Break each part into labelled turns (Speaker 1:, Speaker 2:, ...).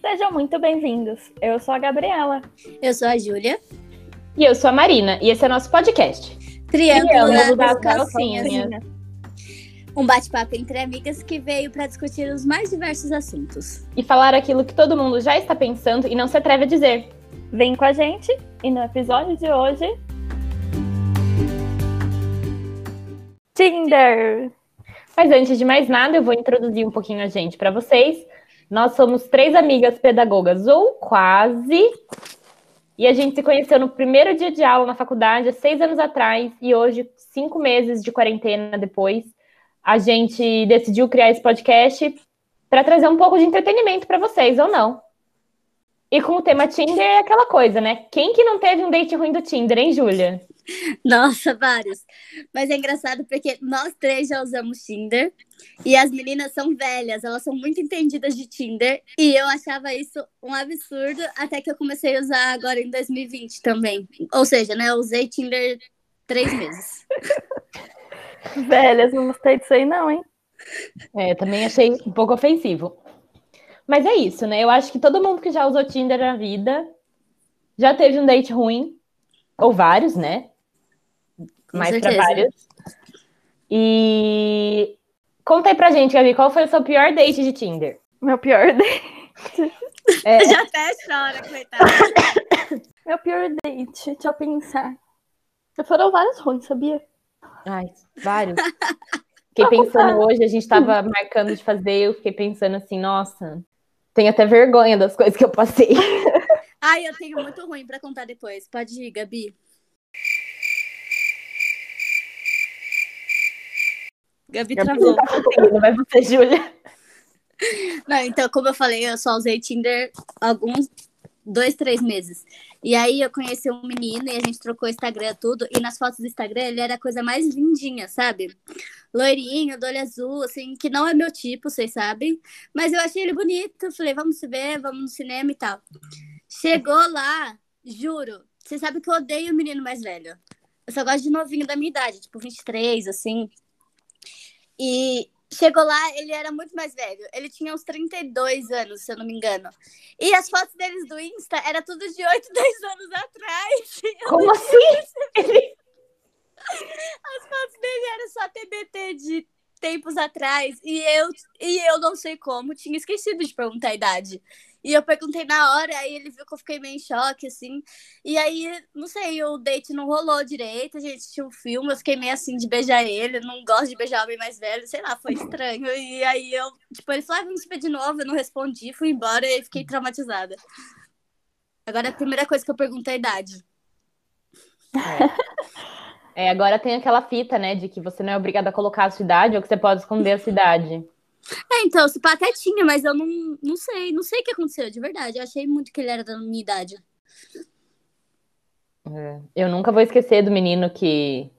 Speaker 1: Sejam muito bem-vindos. Eu sou a Gabriela.
Speaker 2: Eu sou a Júlia.
Speaker 3: E eu sou a Marina, e esse é nosso podcast.
Speaker 2: Triângulo
Speaker 3: Triângulo
Speaker 2: das
Speaker 3: das
Speaker 2: calcinhas.
Speaker 3: calcinhas.
Speaker 2: Um bate-papo entre amigas que veio para discutir os mais diversos assuntos.
Speaker 3: E falar aquilo que todo mundo já está pensando e não se atreve a dizer.
Speaker 1: Vem com a gente e no episódio de hoje. Tinder!
Speaker 3: Mas antes de mais nada, eu vou introduzir um pouquinho a gente para vocês. Nós somos três amigas pedagogas, ou quase. E a gente se conheceu no primeiro dia de aula na faculdade, há seis anos atrás, e hoje, cinco meses de quarentena depois, a gente decidiu criar esse podcast para trazer um pouco de entretenimento para vocês, ou não. E com o tema Tinder é aquela coisa, né? Quem que não teve um date ruim do Tinder, hein, Júlia?
Speaker 2: Nossa, vários. Mas é engraçado porque nós três já usamos Tinder e as meninas são velhas, elas são muito entendidas de Tinder e eu achava isso um absurdo até que eu comecei a usar agora em 2020 também. Ou seja, né, eu usei Tinder três meses.
Speaker 1: Velhas, não gostei disso aí, não, hein?
Speaker 3: É, eu também achei um pouco ofensivo. Mas é isso, né? Eu acho que todo mundo que já usou Tinder na vida já teve um date ruim, ou vários, né?
Speaker 2: Com
Speaker 3: Mais pra
Speaker 2: certeza.
Speaker 3: vários. E conta aí pra gente, Gabi, qual foi o seu pior date de Tinder?
Speaker 1: Meu pior date.
Speaker 3: É,
Speaker 2: Já até chora, coitada.
Speaker 1: Meu pior date, deixa eu pensar. Foram vários ruins, sabia?
Speaker 3: ai, vários. Fiquei pensando hoje, a gente tava marcando de fazer, eu fiquei pensando assim, nossa, tenho até vergonha das coisas que eu passei.
Speaker 2: Ai, eu tenho muito ruim pra contar depois. Pode ir, Gabi. Gabi travou.
Speaker 3: Não vai você, Júlia.
Speaker 2: Não, então, como eu falei, eu só usei Tinder alguns dois, três meses. E aí eu conheci um menino e a gente trocou Instagram tudo. E nas fotos do Instagram ele era a coisa mais lindinha, sabe? Loirinho, do olho azul, assim, que não é meu tipo, vocês sabem. Mas eu achei ele bonito. Falei, vamos se ver, vamos no cinema e tal. Chegou lá, juro. Você sabe que eu odeio o menino mais velho. Eu só gosto de novinho da minha idade, tipo 23, assim. E chegou lá, ele era muito mais velho. Ele tinha uns 32 anos, se eu não me engano. E as fotos deles do Insta era tudo de 8, 10 anos atrás.
Speaker 3: Como assim?
Speaker 2: As fotos dele eram só TBT de tempos atrás. E eu, e eu não sei como, tinha esquecido de perguntar a idade. E eu perguntei na hora, aí ele viu que eu fiquei meio em choque, assim. E aí, não sei, o date não rolou direito, a gente tinha um filme, eu fiquei meio assim de beijar ele, eu não gosto de beijar homem mais velho, sei lá, foi estranho. E aí eu, tipo, ele falou, ah, vamos se ver de novo, eu não respondi, fui embora e fiquei traumatizada. Agora a primeira coisa que eu pergunto é a idade.
Speaker 3: É, agora tem aquela fita, né, de que você não é obrigado a colocar a sua idade ou que você pode esconder a sua idade.
Speaker 2: É, então, se pá, até tinha, mas eu não, não sei, não sei o que aconteceu, de verdade. Eu achei muito que ele era da minha idade.
Speaker 3: Eu nunca vou esquecer do menino que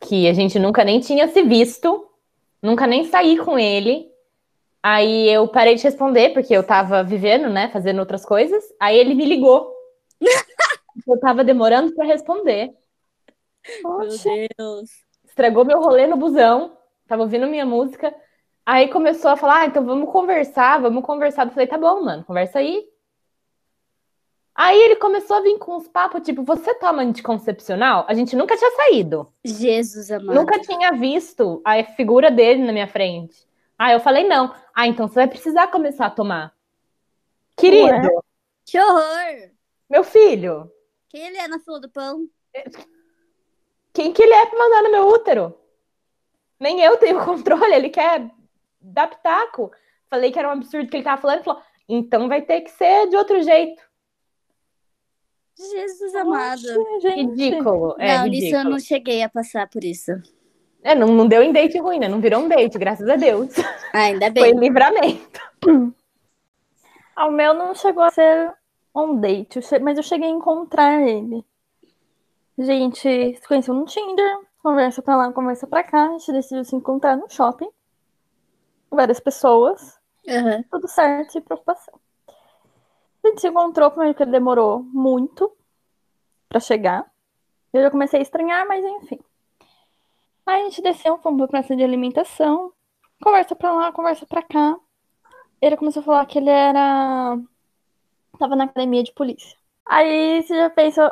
Speaker 3: que a gente nunca nem tinha se visto, nunca nem saí com ele. Aí eu parei de responder porque eu tava vivendo, né, fazendo outras coisas. Aí ele me ligou. eu tava demorando pra responder.
Speaker 1: Oxe,
Speaker 2: Deus.
Speaker 3: Estragou meu rolê no busão. Tava ouvindo minha música. Aí começou a falar, ah, então vamos conversar, vamos conversar. Eu falei, tá bom, mano, conversa aí. Aí ele começou a vir com uns papos, tipo, você toma anticoncepcional? A gente nunca tinha saído.
Speaker 2: Jesus amado.
Speaker 3: Nunca tinha visto a figura dele na minha frente. Ah, eu falei não. Ah, então você vai precisar começar a tomar. Querido,
Speaker 1: Ué.
Speaker 2: Que horror!
Speaker 3: meu filho,
Speaker 2: Quem ele é na fila do pão?
Speaker 3: quem que ele é pra mandar no meu útero? Nem eu tenho controle, ele quer dar pitaco. Falei que era um absurdo que ele tava falando, ele falou, então vai ter que ser de outro jeito.
Speaker 2: Jesus amado.
Speaker 1: Oxe, gente.
Speaker 3: Ridículo, é
Speaker 2: não, nisso eu
Speaker 3: ridículo.
Speaker 2: não cheguei a passar por isso.
Speaker 3: É, não, não deu em date ruim, né? Não virou um date, graças a Deus.
Speaker 2: Ah, ainda
Speaker 3: Foi
Speaker 2: bem.
Speaker 3: livramento.
Speaker 1: Ao meu não chegou a ser um date, eu che- mas eu cheguei a encontrar ele. Gente, se conheceu no Tinder, conversa pra lá, conversa pra cá, a gente decidiu se encontrar no shopping. Várias pessoas,
Speaker 2: Aham.
Speaker 1: tudo certo, sem preocupação. A gente se encontrou, primeiro que ele demorou muito pra chegar. Eu já comecei a estranhar, mas enfim. Aí a gente desceu, fomos pra praça de alimentação, conversa pra lá, conversa pra cá. ele começou a falar que ele era. Tava na academia de polícia. Aí você já pensou.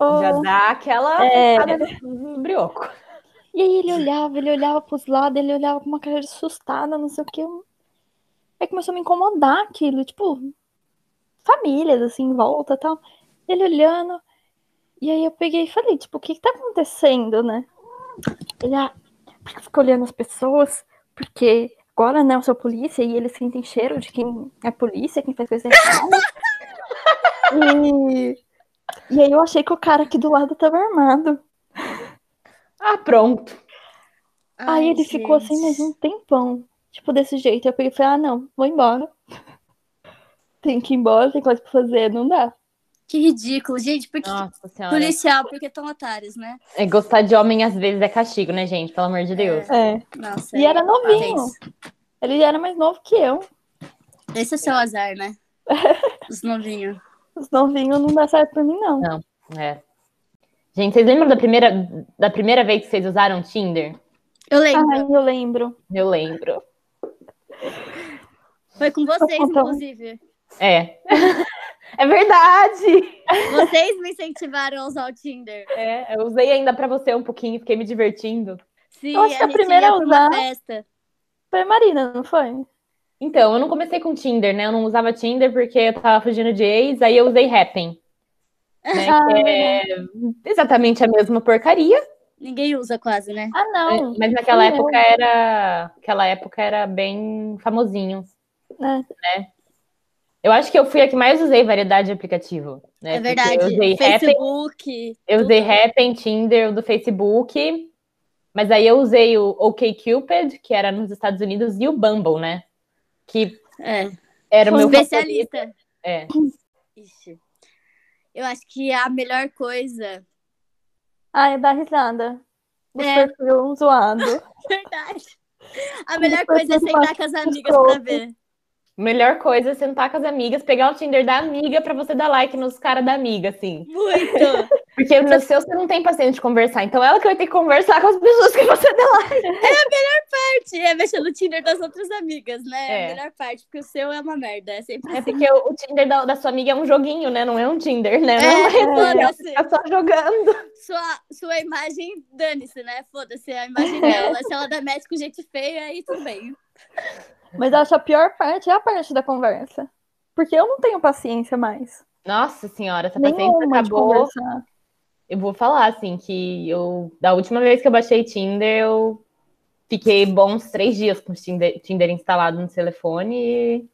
Speaker 1: "Oh,
Speaker 3: Já dá aquela
Speaker 1: É.
Speaker 3: focada no no brioco.
Speaker 1: E aí ele olhava, ele olhava pros lados, ele olhava com uma cara de assustada, não sei o que. Aí começou a me incomodar aquilo, tipo, famílias assim em volta e tal. Ele olhando. E aí eu peguei e falei, tipo, o que que tá acontecendo, né? Ele, ah, por que fica olhando as pessoas? Porque agora, né, eu sou polícia e eles sentem cheiro de quem é polícia, quem faz coisa errada. e... e aí eu achei que o cara aqui do lado tava armado.
Speaker 3: Ah, pronto.
Speaker 1: Aí ele ficou assim mais um tempão. Tipo, desse jeito. Eu peguei e falei, ah, não, vou embora. tem que ir embora, tem coisa pra fazer, não dá.
Speaker 2: Que ridículo, gente. Por que
Speaker 3: Nossa senhora.
Speaker 2: policial? Porque tão otários, né?
Speaker 3: É, gostar de homem às vezes é castigo, né, gente? Pelo amor de Deus.
Speaker 1: É.
Speaker 2: Nossa.
Speaker 1: E
Speaker 2: é,
Speaker 1: era novinho.
Speaker 2: parabéns.
Speaker 1: Ele era mais novo que eu.
Speaker 2: Esse é seu azar, né? Os novinhos.
Speaker 1: Os novinhos não dá certo pra mim, não.
Speaker 3: É. Gente, vocês lembram da primeira, da primeira vez que vocês usaram Tinder?
Speaker 2: Eu lembro.
Speaker 1: Ai, eu lembro.
Speaker 3: Eu lembro.
Speaker 2: Foi com vocês,
Speaker 1: Então-
Speaker 2: inclusive.
Speaker 3: É. é verdade!
Speaker 2: Vocês me incentivaram a usar o Tinder.
Speaker 3: É, eu usei ainda pra você um pouquinho, fiquei me divertindo.
Speaker 2: Sim,
Speaker 1: Eu acho que é a
Speaker 2: gente
Speaker 1: primeira
Speaker 2: ia
Speaker 1: a
Speaker 2: pra uma
Speaker 1: usar-
Speaker 2: festa.
Speaker 1: Foi a Marina, não foi?
Speaker 3: Então, eu não comecei com Tinder, né? Eu não usava Tinder porque eu tava fugindo de ex, aí eu usei Happn. Né? Que é exatamente a mesma porcaria,
Speaker 2: Ninguém usa quase, né?
Speaker 1: Ah, não.
Speaker 3: mas naquela
Speaker 1: Sim, eu-
Speaker 3: época era, aquela época era bem famosinho.
Speaker 1: É.
Speaker 3: Né? Eu acho que eu fui a que mais usei variedade de aplicativo. Né?
Speaker 2: É
Speaker 3: Porque
Speaker 2: verdade.
Speaker 3: Eu usei Happn,
Speaker 2: Facebook.
Speaker 3: eu usei
Speaker 2: tudo.
Speaker 3: Happn, Tinder, o do Facebook. Mas aí eu usei o OkCupid, que era nos Estados Unidos, e o Bumble, né? Que
Speaker 2: É.
Speaker 3: era o meu favorito.
Speaker 2: Especialista.
Speaker 3: É.
Speaker 2: Ixi. Eu acho que a melhor coisa.
Speaker 1: Ah, eu dá risada. Do
Speaker 2: É.
Speaker 1: perfil zoado.
Speaker 2: Verdade. A melhor
Speaker 1: Depois
Speaker 2: coisa é
Speaker 1: eu
Speaker 2: sentar
Speaker 1: bato
Speaker 2: com as
Speaker 1: com
Speaker 2: amigas
Speaker 1: os
Speaker 2: pra
Speaker 1: outros.
Speaker 2: ver.
Speaker 3: Melhor coisa é sentar com as amigas, pegar o Tinder da amiga pra você dar like nos caras da amiga, assim.
Speaker 2: Muito.
Speaker 3: Porque no seu você não tem paciência de conversar. Então ela que vai ter que conversar com as pessoas que você dá like.
Speaker 2: Parte é mexer no Tinder das outras amigas, né? É.
Speaker 3: É.
Speaker 2: A melhor parte, porque o seu é uma merda. É sempre
Speaker 3: É porque o o Tinder da, da sua amiga é um joguinho, né? Não é um Tinder, né? Não
Speaker 2: É, foda-se.
Speaker 3: é só jogando.
Speaker 2: Sua, sua imagem, dane-se, né? Foda-se a imagem dela. Se ela dá match com gente feia, aí tudo bem.
Speaker 1: Mas eu acho a pior parte é a parte da conversa. Porque eu não tenho paciência mais.
Speaker 3: Nossa senhora, essa Tá paciência
Speaker 1: Nenhuma de
Speaker 3: acabou.
Speaker 1: conversar.
Speaker 3: Eu vou falar, assim, que eu, da última vez que eu baixei Tinder, eu fiquei bons três dias com o Tinder, Tinder instalado no telefone e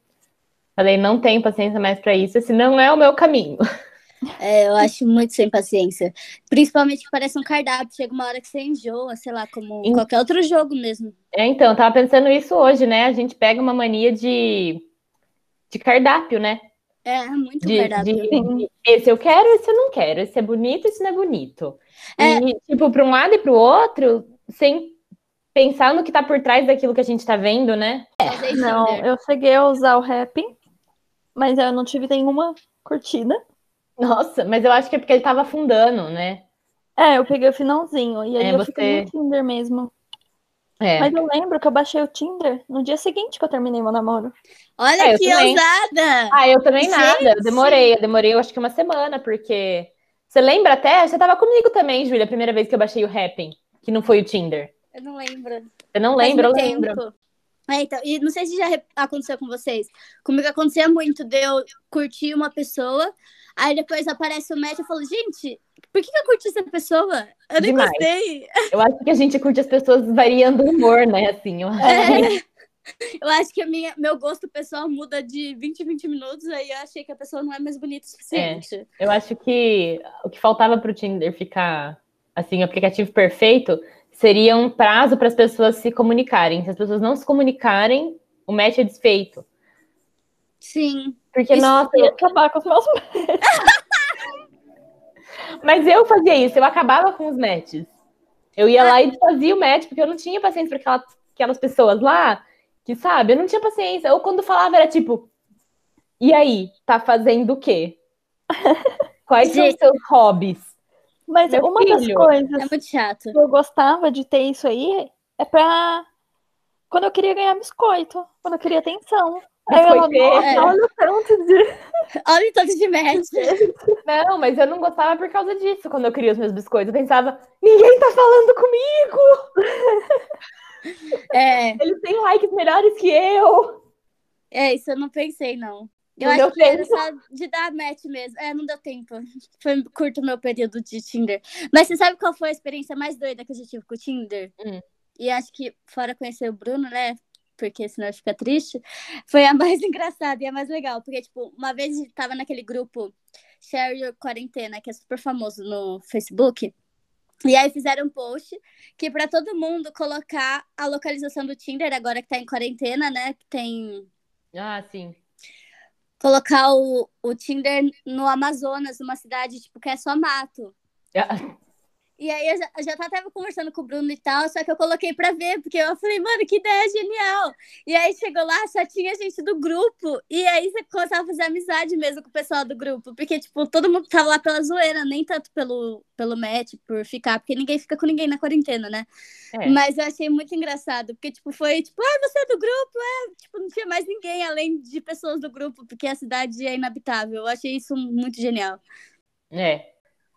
Speaker 3: falei, não tenho paciência mais pra isso, esse não é o meu caminho.
Speaker 2: É, eu acho muito sem paciência. Principalmente que parece um cardápio. Chega uma hora que você enjoa, sei lá, como
Speaker 3: Em-
Speaker 2: qualquer outro jogo mesmo.
Speaker 3: É, então, eu tava pensando isso hoje, né? A gente pega uma mania de, de cardápio, né?
Speaker 2: É, muito
Speaker 3: De,
Speaker 2: cardápio.
Speaker 3: de- de esse eu quero, esse eu não quero, esse é bonito, esse não é bonito.
Speaker 2: É.
Speaker 3: E, tipo, pra um lado e pro outro, sem pensar no que tá por trás daquilo que a gente tá vendo, né?
Speaker 2: Fazer Tinder.
Speaker 1: Não, eu cheguei a usar o rap, mas eu não tive nenhuma curtida.
Speaker 3: Nossa, mas eu acho que é porque ele tava afundando, né?
Speaker 1: É, eu peguei o finalzinho, e aí
Speaker 3: É,
Speaker 1: eu
Speaker 3: você-
Speaker 1: fiquei no Tinder mesmo.
Speaker 3: É.
Speaker 1: Mas eu lembro que eu baixei o Tinder no dia seguinte que eu terminei meu namoro.
Speaker 2: Olha
Speaker 3: É, eu
Speaker 2: que
Speaker 3: também.
Speaker 2: ousada!
Speaker 3: Ah, eu também nada. Eu
Speaker 2: Gente!
Speaker 3: demorei, eu demorei eu acho que uma semana, porque. Você lembra até? Você tava comigo também, Júlia, a primeira vez que eu baixei o Happn, que não foi o Tinder.
Speaker 2: Eu não lembro.
Speaker 3: Você não
Speaker 2: Faz
Speaker 3: lembra? Eu
Speaker 2: muito
Speaker 3: lembro.
Speaker 2: tempo. É, então, e não sei se já re- aconteceu com vocês. Comigo acontecia muito de eu curtir uma pessoa, aí depois aparece o match e eu falo, gente, por que, que eu curti essa pessoa? Eu nem
Speaker 3: Demais.
Speaker 2: gostei.
Speaker 3: Eu acho que a gente curte as pessoas variando o humor, né? Assim, eu acho.
Speaker 2: Eu acho que a minha, meu gosto pessoal muda de 20 em 20 minutos, aí eu achei que a pessoa não é mais bonita o suficiente.
Speaker 3: Eu acho que o que faltava pro Tinder ficar assim, o aplicativo perfeito, seria um prazo para as pessoas se comunicarem. Se as pessoas não se comunicarem, o match é desfeito.
Speaker 2: Sim.
Speaker 3: Porque,
Speaker 2: Isso-
Speaker 3: nossa,
Speaker 1: E acabar com os meus
Speaker 3: Mas eu fazia isso, eu acabava com os matches. Eu ia lá e fazia o match, porque eu não tinha paciência para aquela, aquelas pessoas lá, que sabe, eu não tinha paciência. Ou quando falava era tipo, e aí, tá fazendo o quê? Quais são os
Speaker 2: Gente.
Speaker 3: seus hobbies?
Speaker 1: Mas
Speaker 3: Meu
Speaker 1: uma das
Speaker 3: filho.
Speaker 2: É
Speaker 1: coisas
Speaker 2: muito chato.
Speaker 1: que eu gostava de ter isso aí é pra. Quando eu queria ganhar biscoito, quando eu queria atenção.
Speaker 3: biscoiteira.
Speaker 1: nossa, olha o tanto de.
Speaker 2: Olha o tanto de match.
Speaker 3: Não, mas eu não gostava por causa disso. Quando eu queria os meus biscoitos, eu pensava, ninguém tá falando comigo!
Speaker 2: É,
Speaker 3: Eles têm likes melhores que eu!
Speaker 2: é, isso eu não pensei, não. Eu
Speaker 3: Não deu
Speaker 2: acho que era
Speaker 3: tempo.
Speaker 2: só de dar match mesmo. É, não deu tempo. Foi curto o meu período de Tinder. Mas você sabe qual foi a experiência mais doida que eu já tive com o Tinder?
Speaker 3: Hum.
Speaker 2: E acho que, fora conhecer o Bruno, né? Porque senão ele fica triste. Foi a mais engraçada e a mais legal. Porque, tipo, uma vez a gente tava naquele grupo Share Your Quarentena, que é super famoso no Facebook. E aí fizeram um post que pra todo mundo colocar a localização do Tinder, agora que tá em quarentena, né? Que tem.
Speaker 3: Ah, sim.
Speaker 2: Colocar o, o Tinder no Amazonas, numa cidade, tipo, que é só mato. E aí eu já, eu já tava conversando com o Bruno e tal, só que eu coloquei pra ver, porque eu falei, mano, que ideia genial. E aí chegou lá, só tinha gente do grupo. E aí você começava a fazer amizade mesmo com o pessoal do grupo. Porque, tipo, todo mundo tava lá pela zoeira, nem tanto pelo, pelo match, por ficar, porque ninguém fica com ninguém na quarentena, né?
Speaker 3: É.
Speaker 2: Mas eu achei muito engraçado, porque, tipo, foi tipo, ah, você é do grupo, é. Tipo, não tinha mais ninguém além de pessoas do grupo, porque a cidade é inabitável. Eu achei isso muito genial.
Speaker 3: É.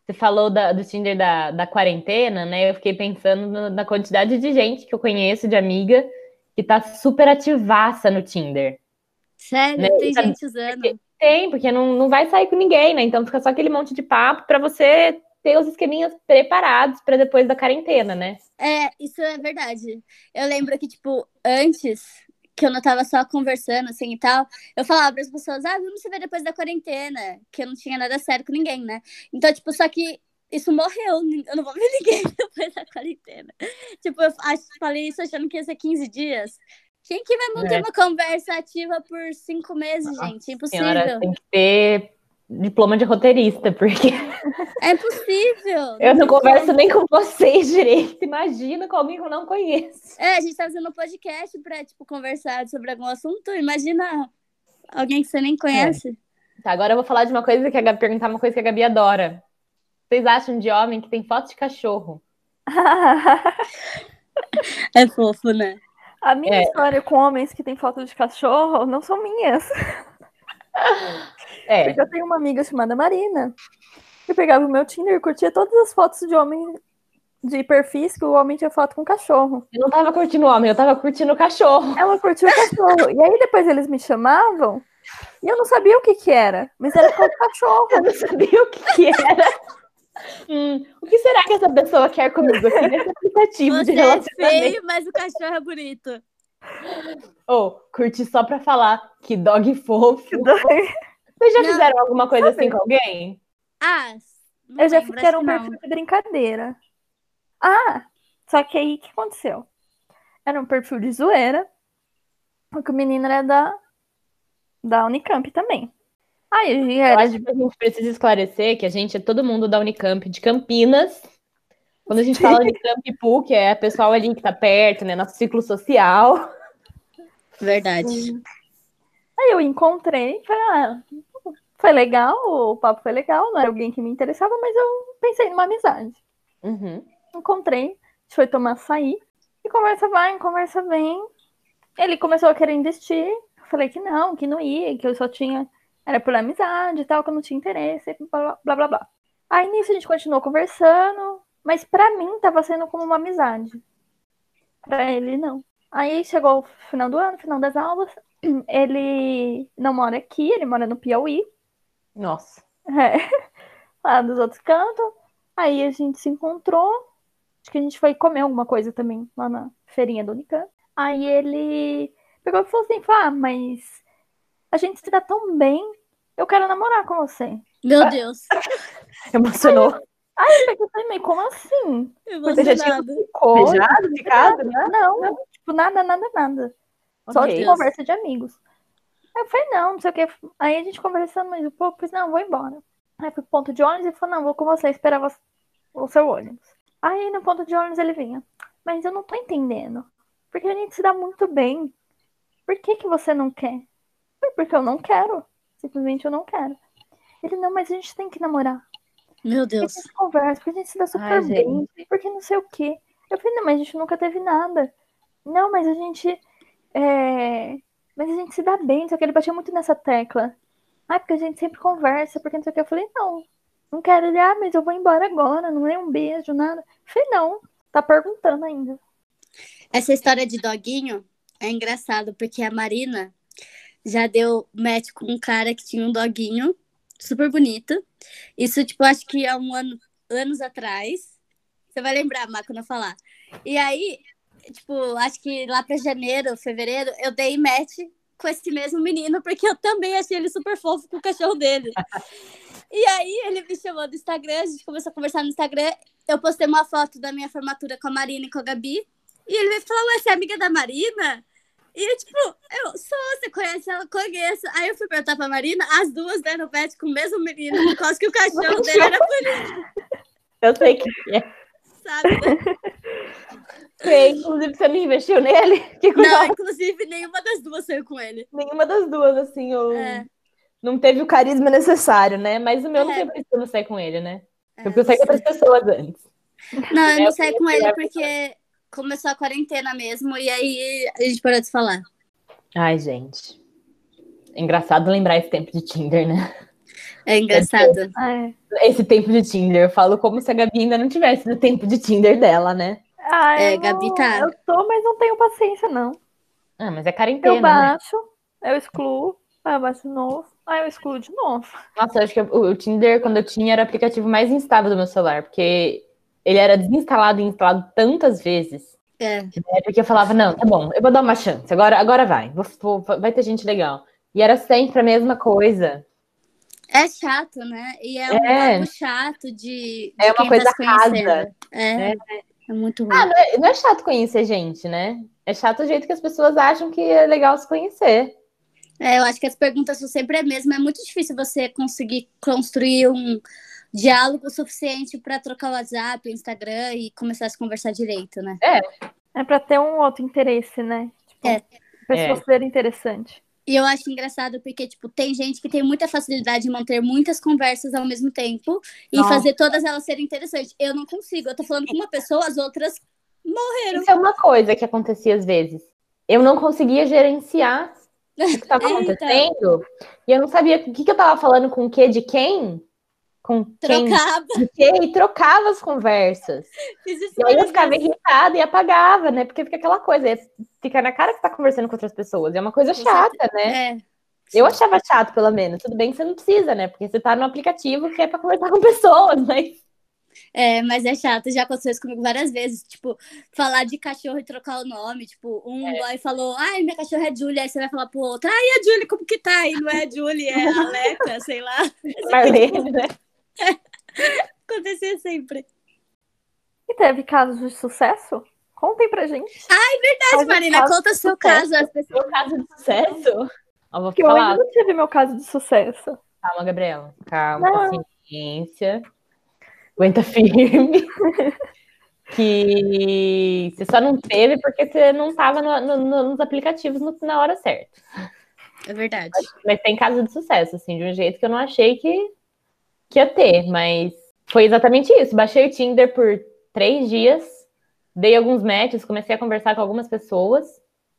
Speaker 3: Você falou da- do Tinder da, da quarentena, né? Eu fiquei pensando no- na quantidade de gente que eu conheço, de amiga, que tá super ativaça no Tinder.
Speaker 2: Sério,
Speaker 3: Né?
Speaker 2: tem
Speaker 3: Isso é-
Speaker 2: gente usando.
Speaker 3: Tem, porque não, não vai sair com ninguém, né? Então fica só aquele monte de papo pra você ter os esqueminhas preparados pra depois da quarentena, né?
Speaker 2: É, isso é verdade. Eu lembro que, tipo, antes, que eu não tava só conversando, assim, e tal, eu falava pras pessoas, ah, vamos se ver depois da quarentena, que eu não tinha nada sério com ninguém, né? Então, tipo, só que isso morreu, nin- eu não vou ver ninguém depois da quarentena. Tipo, eu ach- falei isso achando que ia ser 15 dias. Quem que vai manter
Speaker 3: É.
Speaker 2: uma conversa ativa por cinco meses, gente? É impossível.
Speaker 3: Senhora, tem que ter diploma de roteirista, porque
Speaker 2: É impossível.
Speaker 3: eu não converso nem com vocês direito. Imagina comigo, eu não conheço.
Speaker 2: É, a gente tá fazendo um podcast pra, tipo, conversar sobre algum assunto. Imagina alguém que você nem conhece.
Speaker 3: Tá, agora eu vou falar de uma coisa que a Gabi, perguntar uma coisa que a Gabi adora. Vocês acham de homem que tem foto de cachorro?
Speaker 2: É, fofo, né?
Speaker 1: A minha
Speaker 3: É.
Speaker 1: história com homens que tem foto de cachorro não são minhas.
Speaker 3: É.
Speaker 1: Porque eu tenho uma amiga chamada Marina. Eu pegava o meu Tinder e curtia todas as fotos de homem de perfis que o homem tinha foto com cachorro.
Speaker 3: Eu não tava curtindo o homem, eu tava curtindo o cachorro.
Speaker 1: Ela curtiu o cachorro. E aí depois eles me chamavam e eu não sabia o que que era, mas era com o cachorro.
Speaker 3: Eu não sabia o que, que era. Hum, o que será que essa pessoa quer comigo aqui nesse aplicativo de
Speaker 2: Você é
Speaker 3: relacionamento?
Speaker 2: feio, mas o cachorro é bonito.
Speaker 3: Ou curti só pra falar que dog fofo.
Speaker 1: Eu
Speaker 3: Vocês já
Speaker 2: Não.
Speaker 3: fizeram alguma coisa assim
Speaker 1: Sabe?
Speaker 3: com alguém?
Speaker 2: Ah, não
Speaker 1: já
Speaker 2: lembro,
Speaker 1: fiz que era
Speaker 2: acho
Speaker 1: um
Speaker 2: que não.
Speaker 1: perfil de brincadeira. Ah, só que aí o que aconteceu? Era um perfil de zoeira, porque o menino era da, da Unicamp também. Aí
Speaker 3: Eu
Speaker 1: era
Speaker 3: acho que a gente precisa esclarecer que a gente é todo mundo da Unicamp de Campinas. Quando a gente fala de Camp PUC, é o pessoal ali que tá perto, né? Nosso ciclo social.
Speaker 2: Verdade.
Speaker 1: Aí eu encontrei, falei, ah, foi legal, o papo foi legal, não era alguém que me interessava, mas eu pensei numa amizade.
Speaker 3: Uhum.
Speaker 1: Encontrei, a gente foi tomar açaí, e conversa vai, conversa vem. Ele começou a querer investir, eu falei que não, que não ia, que eu só tinha, era por amizade e tal, que eu não tinha interesse, blá blá blá. blá. Aí nisso a gente continuou conversando, mas pra mim tava sendo como uma amizade. Pra ele, não. Aí chegou o final do ano, final das aulas. Ele não mora aqui, ele mora no Piauí,
Speaker 3: Nossa.
Speaker 1: é, lá dos outros cantos. Aí a gente se encontrou. Acho que a gente foi comer alguma coisa também lá na feirinha do Unicamp. Aí ele pegou e falou assim: falou, Ah, mas a gente se dá tão bem, eu quero namorar com você.
Speaker 2: Meu Deus.
Speaker 3: Emocionou.
Speaker 1: Aí eu peguei e falei: "Mas como assim?
Speaker 2: Emocionado.
Speaker 1: Ficou?
Speaker 3: Beijado, ficado, né?
Speaker 1: Não, tipo, nada, nada, nada. Só
Speaker 3: Ok.
Speaker 1: de conversa de amigos. Aí eu falei, não, não sei o que. Aí a gente conversando mais um pouco, eu falei, não, vou embora. Aí fui pro ponto de ônibus e falou, não, vou com você, esperar vo- o seu ônibus. Aí no ponto de ônibus ele vinha, mas eu não tô entendendo. Porque a gente se dá muito bem. Por que que você não quer? "Foi Porque eu não quero. Simplesmente eu não quero. Ele, não, mas a gente tem que namorar.
Speaker 2: Meu Deus.
Speaker 1: Porque a gente conversa, porque a gente se dá super
Speaker 3: Ai,
Speaker 1: bem,
Speaker 3: gente.
Speaker 1: porque não sei o quê. Eu falei, não, mas a gente nunca teve nada. Não, mas a gente é, mas a gente se dá bem, só que ele batia muito nessa tecla. Ah, porque a gente sempre conversa, porque não sei o que. Eu falei, não, não quero ele, ah, mas eu vou embora agora, não é um beijo, nada. Eu falei, não, tá perguntando ainda.
Speaker 2: Essa história de doguinho é engraçado, porque a Marina já deu match com um cara que tinha um doguinho super bonito. Isso, tipo, acho que há um ano, anos atrás. Você vai lembrar, Má, quando eu falar. E aí, tipo, acho que lá pra janeiro, fevereiro, eu dei match com esse mesmo menino, porque eu também achei ele super fofo com o cachorro dele. E aí ele me chamou do Instagram, a gente começou a conversar no Instagram. Eu postei uma foto da minha formatura com a Marina e com a Gabi. E ele me falou, ué, você é amiga da Marina? E eu, tipo, eu sou, você conhece ela? Conheço. Aí eu fui perguntar pra Marina, as duas deram pet com o mesmo menino, por causa que o cachorro dele era bonito,
Speaker 3: Eu sei que é.
Speaker 2: sabe?
Speaker 3: Sei, inclusive, você não investiu nele? Que
Speaker 2: Não,
Speaker 3: cuidado,
Speaker 2: inclusive, nenhuma das duas saiu com ele.
Speaker 3: nenhuma das duas, assim, eu...
Speaker 2: É,
Speaker 3: não teve o carisma necessário, né? Mas o meu não
Speaker 2: É.
Speaker 3: tem por isso que eu não saí com ele, né?
Speaker 2: é,
Speaker 3: Porque eu saí com outras pessoas antes.
Speaker 2: Não, eu
Speaker 3: É,
Speaker 2: não
Speaker 3: eu
Speaker 2: saí
Speaker 3: conheci
Speaker 2: com ele
Speaker 3: ela.
Speaker 2: porque começou a quarentena mesmo, e aí a gente parou de se falar.
Speaker 3: Ai, gente. É Engraçado lembrar esse tempo de Tinder, né?
Speaker 2: É engraçado.
Speaker 1: Ah, é.
Speaker 3: Esse tempo de Tinder. Eu falo como se a Gabi ainda não tivesse no tempo de Tinder dela, né?
Speaker 1: Ah,
Speaker 2: É,
Speaker 1: eu
Speaker 2: Gabi
Speaker 1: não-
Speaker 2: tá.
Speaker 1: Eu tô, mas não tenho paciência, não.
Speaker 3: Ah, mas é
Speaker 1: Eu
Speaker 3: quarentena, né?
Speaker 1: baixo, eu excluo, aí eu baixo de novo, aí eu excluo de novo.
Speaker 3: Nossa, eu acho que o o Tinder, quando eu tinha, era o aplicativo mais instável do meu celular, porque ele era desinstalado e instalado tantas vezes,
Speaker 2: É.
Speaker 3: né, porque eu falava, não, tá bom, eu vou dar uma chance, agora, agora vai, vou- vou- vai ter gente legal. E era sempre a mesma coisa.
Speaker 2: É chato, né? E é um
Speaker 3: É.
Speaker 2: jogo chato de, de
Speaker 3: É uma
Speaker 2: quem
Speaker 3: coisa
Speaker 2: tá se conhecendo.
Speaker 3: rasa. né?
Speaker 2: É. É muito ruim.
Speaker 3: Ah, não é, não é chato conhecer gente, né? É chato o jeito que as pessoas acham que é legal se conhecer.
Speaker 2: É, eu acho que as perguntas são sempre a mesma. É muito difícil você conseguir construir um diálogo suficiente para trocar o WhatsApp, Instagram e começar a se conversar direito, né?
Speaker 1: É pra ter um outro interesse, né? Tipo,
Speaker 2: É.
Speaker 1: pessoas serem interessantes.
Speaker 2: E eu acho engraçado porque, tipo, tem gente que tem muita facilidade em manter muitas conversas ao mesmo tempo e
Speaker 3: Nossa.
Speaker 2: fazer todas elas serem interessantes. Eu não consigo. Eu tô falando com uma pessoa, as outras morreram.
Speaker 3: Isso é uma coisa que acontecia às vezes. Eu não conseguia gerenciar o que estava
Speaker 2: Eita.
Speaker 3: acontecendo, e eu não sabia o que, que eu tava falando com o que de quem, com quem
Speaker 2: Trocava.
Speaker 3: e aí trocava as conversas.
Speaker 2: Fiz isso é
Speaker 3: E aí eu
Speaker 2: várias
Speaker 3: ficava
Speaker 2: vezes.
Speaker 3: irritada e apagava, né? Porque fica aquela coisa, é- fica na cara que tá conversando com outras pessoas. É uma coisa
Speaker 2: Com
Speaker 3: chata, né?
Speaker 2: É.
Speaker 3: Eu achava chato, pelo menos. Tudo bem que você não precisa, né? Porque você tá no aplicativo que é pra conversar com pessoas, mas.
Speaker 2: É, mas é chato, já aconteceu isso comigo várias vezes. Tipo, falar de cachorro e trocar o nome. Tipo, um boy falou, ai, minha cachorra é Julie. Aí você vai falar pro outro, ai, a Julie, como que tá? E não é a Julie, é a Aleca, sei lá.
Speaker 3: Marlene, né?
Speaker 2: Acontecia sempre.
Speaker 1: E teve casos de sucesso? Contem pra gente.
Speaker 2: Mas,
Speaker 1: Mas,
Speaker 2: Ah, é Marina,
Speaker 1: caso
Speaker 2: conta o seu
Speaker 1: sucesso.
Speaker 2: caso. As pessoas...
Speaker 3: Meu caso de sucesso. Ó, vou
Speaker 1: Que eu
Speaker 3: falar.
Speaker 1: ainda não tive meu caso de sucesso.
Speaker 3: Calma, Gabriela. Calma,
Speaker 1: Não.
Speaker 3: paciência. Aguenta firme. que você só não teve porque você não tava no- no- no- nos aplicativos no- na hora certa.
Speaker 2: É verdade.
Speaker 3: Mas tem casos de sucesso, assim, de um jeito que eu não achei que, que ia ter. Mas foi exatamente isso. Baixei o Tinder por três dias, dei alguns matches, comecei a conversar com algumas pessoas,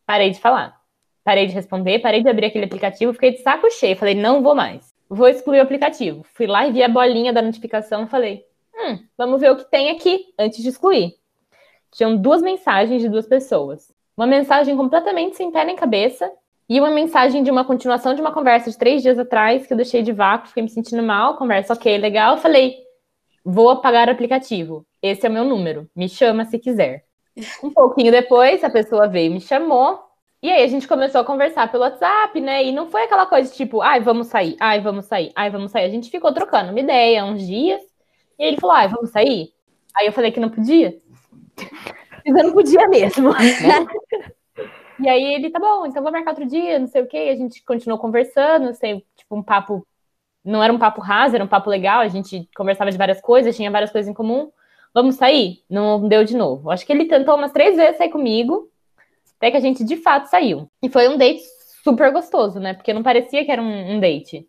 Speaker 3: parei de falar. Parei de responder, parei de abrir aquele aplicativo, fiquei de saco cheio. Falei, não vou mais. Vou excluir o aplicativo. Fui lá e vi a bolinha da notificação falei, hum, vamos ver o que tem aqui antes de excluir. Tinham duas mensagens de duas pessoas. Uma mensagem completamente sem pé nem cabeça e uma mensagem de uma continuação de uma conversa de três dias atrás, que eu deixei de vácuo, fiquei me sentindo mal, conversa ok, legal. Eu Falei, vou apagar o aplicativo. Esse é o meu número. Me chama se quiser. Um pouquinho depois, a pessoa veio e me chamou. E aí a gente começou a conversar pelo WhatsApp, né? E não foi aquela coisa tipo, ai, vamos sair, ai, vamos sair, ai, vamos sair. A gente ficou trocando uma ideia uns dias. E ele falou, ai, vamos sair? Aí eu falei que não podia. Mas eu não podia mesmo. E aí ele, tá bom, então vou marcar outro dia, não sei o quê. E a gente continuou conversando, sei, tipo, um papo. Não era um papo raso, era um papo legal. A gente conversava de várias coisas, tinha várias coisas em comum. Vamos sair? Não deu de novo. Acho que ele tentou umas três vezes sair comigo, até que a gente de fato saiu. E foi um date super gostoso, né? Porque não parecia que era um, um date.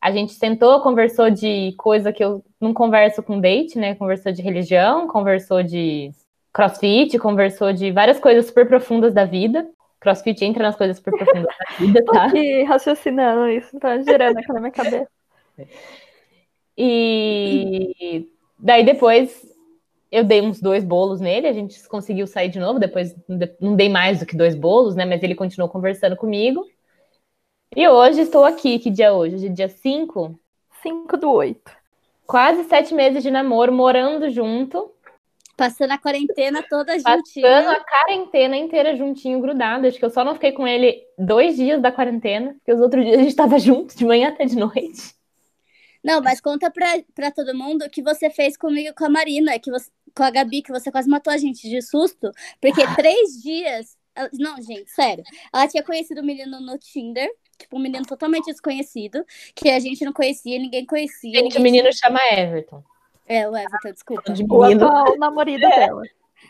Speaker 3: A gente sentou, conversou de coisa que eu não converso com date, né? Conversou de religião, conversou de crossfit, conversou de várias coisas super profundas da vida. Crossfit entra nas coisas por profundidade, tá?
Speaker 1: E raciocinando isso, tá girando aqui na minha cabeça.
Speaker 3: E daí depois eu dei uns dois bolos nele, a gente conseguiu sair de novo, depois não dei mais do que dois bolos, né? Mas ele continuou conversando comigo. E hoje estou aqui, que dia é hoje? Hoje é dia 5,
Speaker 1: 5 do 8.
Speaker 3: quase sete meses de namoro, morando junto,
Speaker 2: Passando a quarentena toda
Speaker 3: passando
Speaker 2: juntinha.
Speaker 3: a quarentena inteira juntinho, grudado. Acho que eu só não fiquei com ele dois dias da quarentena, porque os outros dias a gente estava junto, de manhã até de noite.
Speaker 2: Não, mas conta pra, pra todo mundo o que você fez comigo e com a Marina, que você, com a Gabi, que você quase matou a gente de susto, porque três dias. ela- Não, gente, sério. Ela tinha conhecido um menino no Tinder, tipo, um menino totalmente desconhecido, que a gente não conhecia, ninguém conhecia.
Speaker 3: Gente, o menino chama Everton.
Speaker 2: É, o Everton, desculpa.
Speaker 3: De
Speaker 1: O
Speaker 3: menino.
Speaker 1: atual namorado
Speaker 3: É.
Speaker 1: dela.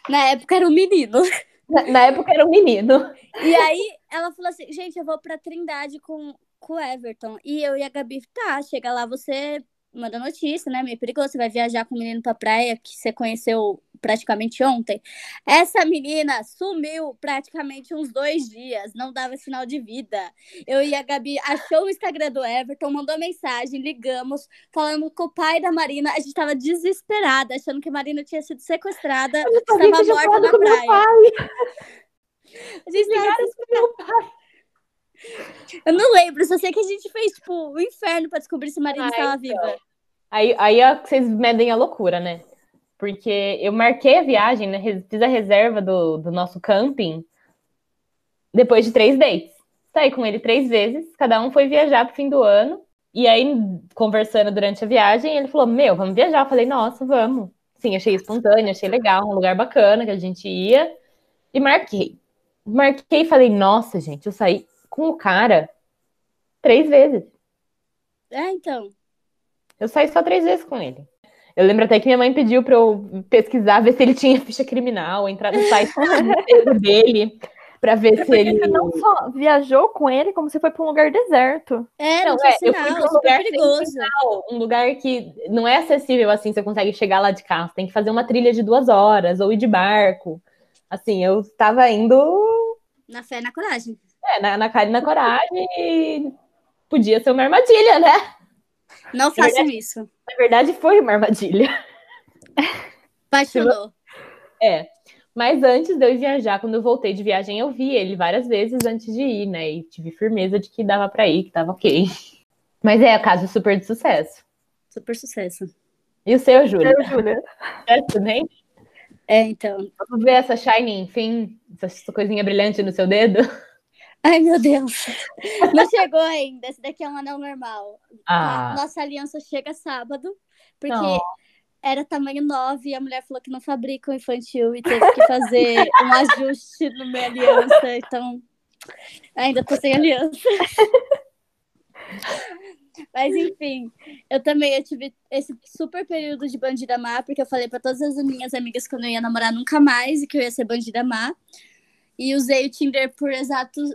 Speaker 2: Na época era um menino.
Speaker 3: Na, na época era um menino.
Speaker 2: E aí ela falou assim: gente, eu vou pra Trindade com, com o Everton. E eu e a Gabi, tá, chega lá, você manda notícia, né? Meio perigoso, você vai viajar com o menino pra praia que você conheceu praticamente ontem. Essa menina sumiu praticamente uns dois dias, não dava sinal de vida. Eu e a Gabi achou o Instagram do Everton, mandou mensagem, ligamos, falando com o pai da Marina. A gente tava desesperada, achando que a Marina tinha sido sequestrada,
Speaker 3: sabia que
Speaker 2: estava
Speaker 3: tinha
Speaker 2: morta
Speaker 3: falado
Speaker 2: na
Speaker 3: com meu
Speaker 2: praia. A gente tava Eu não lembro, só sei que a gente fez, tipo, o inferno pra descobrir se a Marina
Speaker 3: Ah,
Speaker 2: estava
Speaker 3: então.
Speaker 2: viva.
Speaker 3: Aí, aí é que vocês medem a loucura, né? Porque eu marquei a viagem, né? res- fiz a reserva do, do nosso camping depois de três dates. Saí com ele três vezes, cada um foi viajar pro fim do ano. E aí, conversando durante a viagem, ele falou: Meu, vamos viajar. Eu falei: Nossa, vamos. Sim, achei espontâneo, achei legal, um lugar bacana que a gente ia. E marquei. Marquei e falei: Nossa, gente, eu saí com o cara três vezes.
Speaker 2: É, então.
Speaker 3: Eu saí só três vezes com ele. Eu lembro até que minha mãe pediu pra eu pesquisar, ver se ele tinha ficha criminal, entrar no site dele, pra ver se
Speaker 1: Porque
Speaker 3: ele.
Speaker 1: você não só viajou com ele, como você foi pra um lugar deserto.
Speaker 2: É,
Speaker 3: Não,
Speaker 2: não, tinha
Speaker 3: é, eu fui
Speaker 2: sinal,
Speaker 3: pra um
Speaker 2: super
Speaker 3: lugar sem
Speaker 2: perigoso.
Speaker 3: Um lugar que não é acessível assim, você consegue chegar lá de carro. Tem que fazer uma trilha de duas horas, ou ir de barco. Assim, eu tava indo
Speaker 2: Na fé e na coragem.
Speaker 3: é, na, na cara e na coragem e podia ser uma armadilha, né?
Speaker 2: Não façam isso.
Speaker 3: Na verdade, foi uma armadilha.
Speaker 2: Apaixonou.
Speaker 3: É. Mas antes de eu viajar, quando eu voltei de viagem, eu vi ele várias vezes antes de ir, né? E tive firmeza de que dava pra ir, que tava ok. Mas é, caso super de sucesso.
Speaker 2: Super sucesso.
Speaker 3: E o seu, Júlio?
Speaker 1: Eu, Júlia.
Speaker 3: Sucesso né? também?
Speaker 2: É, então.
Speaker 3: Vamos ver essa shiny, enfim, essa coisinha brilhante no seu dedo?
Speaker 2: Ai, meu Deus. Não chegou ainda. Esse daqui é um anel normal.
Speaker 3: Ah,
Speaker 2: Nossa aliança chega sábado, porque
Speaker 3: Não.
Speaker 2: era tamanho 9 e a mulher falou que não fabrica o infantil e teve que fazer um ajuste no minha aliança. Então, ainda tô sem aliança. Mas enfim, eu também eu tive esse super período de bandida má, porque eu falei pra todas as minhas amigas que eu não ia namorar nunca mais e que eu ia ser bandida má. E usei o Tinder por exatos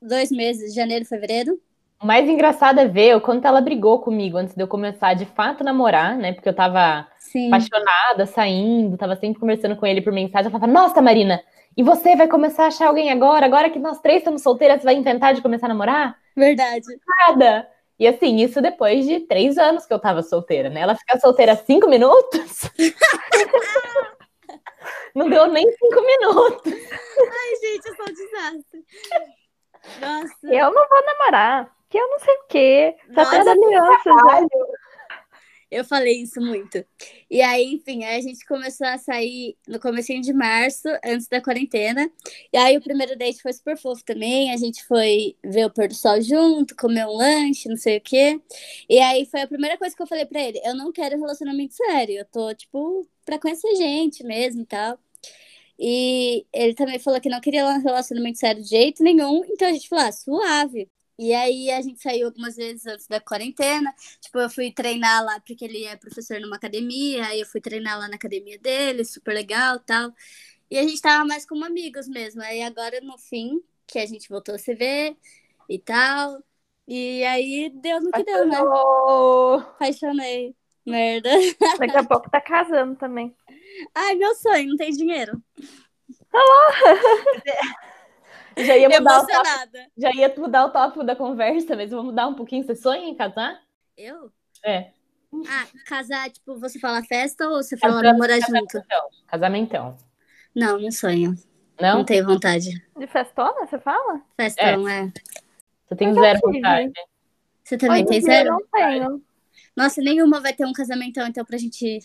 Speaker 2: dois meses, janeiro e fevereiro.
Speaker 3: o mais engraçado é ver o quanto ela brigou comigo antes de eu começar de fato a namorar, né? Porque eu tava
Speaker 2: Sim.
Speaker 3: apaixonada, saindo, tava sempre conversando com ele por mensagem. Ela falava, nossa, Marina, e você vai começar a achar alguém agora? Agora que nós três estamos solteiras, você vai inventar de começar a namorar?
Speaker 2: Verdade.
Speaker 3: Nada! E assim, isso depois de três anos que eu tava solteira, né? Ela fica solteira cinco minutos? Não deu nem cinco minutos.
Speaker 2: Ai, gente, eu sou um desastre. Nossa.
Speaker 1: Eu não vou namorar. Que eu não sei o quê. Tá
Speaker 2: Nossa,
Speaker 1: tendo aliança já.
Speaker 2: Eu falei isso muito. E aí, enfim, aí a gente começou a sair no comecinho de março, antes da quarentena. E aí o primeiro date foi super fofo também. A gente foi ver o pôr do sol junto, comer um lanche, não sei o quê. E aí foi a primeira coisa que eu falei pra ele, eu não quero relacionamento sério, eu tô tipo pra conhecer gente mesmo e tal. E ele também falou que não queria um relacionamento sério de jeito nenhum, então a gente falou, ah, suave. E aí a gente saiu algumas vezes antes da quarentena, Tipo, eu fui treinar lá, porque ele é professor numa academia, aí eu fui treinar lá na academia dele, super legal tal. E a gente tava mais como amigos mesmo. Aí agora, no fim, que a gente voltou a se ver e tal. E aí deu no que deu, né?
Speaker 3: Apaixonou.
Speaker 2: Apaixonei. Merda.
Speaker 1: Daqui a pouco tá casando também.
Speaker 2: Ai, meu sonho, não tem dinheiro.
Speaker 3: Já ia mudar, o tópico,
Speaker 2: Emocionada.
Speaker 3: já ia mudar o tópico da conversa, mas eu vou mudar um pouquinho. Você sonha em casar?
Speaker 2: Eu?
Speaker 3: É.
Speaker 2: Ah, casar, tipo, você fala festa ou você fala
Speaker 3: Casar-
Speaker 2: namorar junto?
Speaker 3: Casamentão. Casamentão.
Speaker 2: Não, não sonho.
Speaker 3: Não?
Speaker 2: Não tenho vontade.
Speaker 1: De festona, você fala? é
Speaker 2: Festão, é.
Speaker 3: Você tem
Speaker 1: Nunca
Speaker 3: zero
Speaker 1: tive.
Speaker 3: vontade.
Speaker 2: Você também
Speaker 1: Hoje em
Speaker 2: tem
Speaker 1: dia
Speaker 2: zero?
Speaker 1: Eu não tenho.
Speaker 2: Nossa, nenhuma vai ter um casamentão, então, pra gente ir.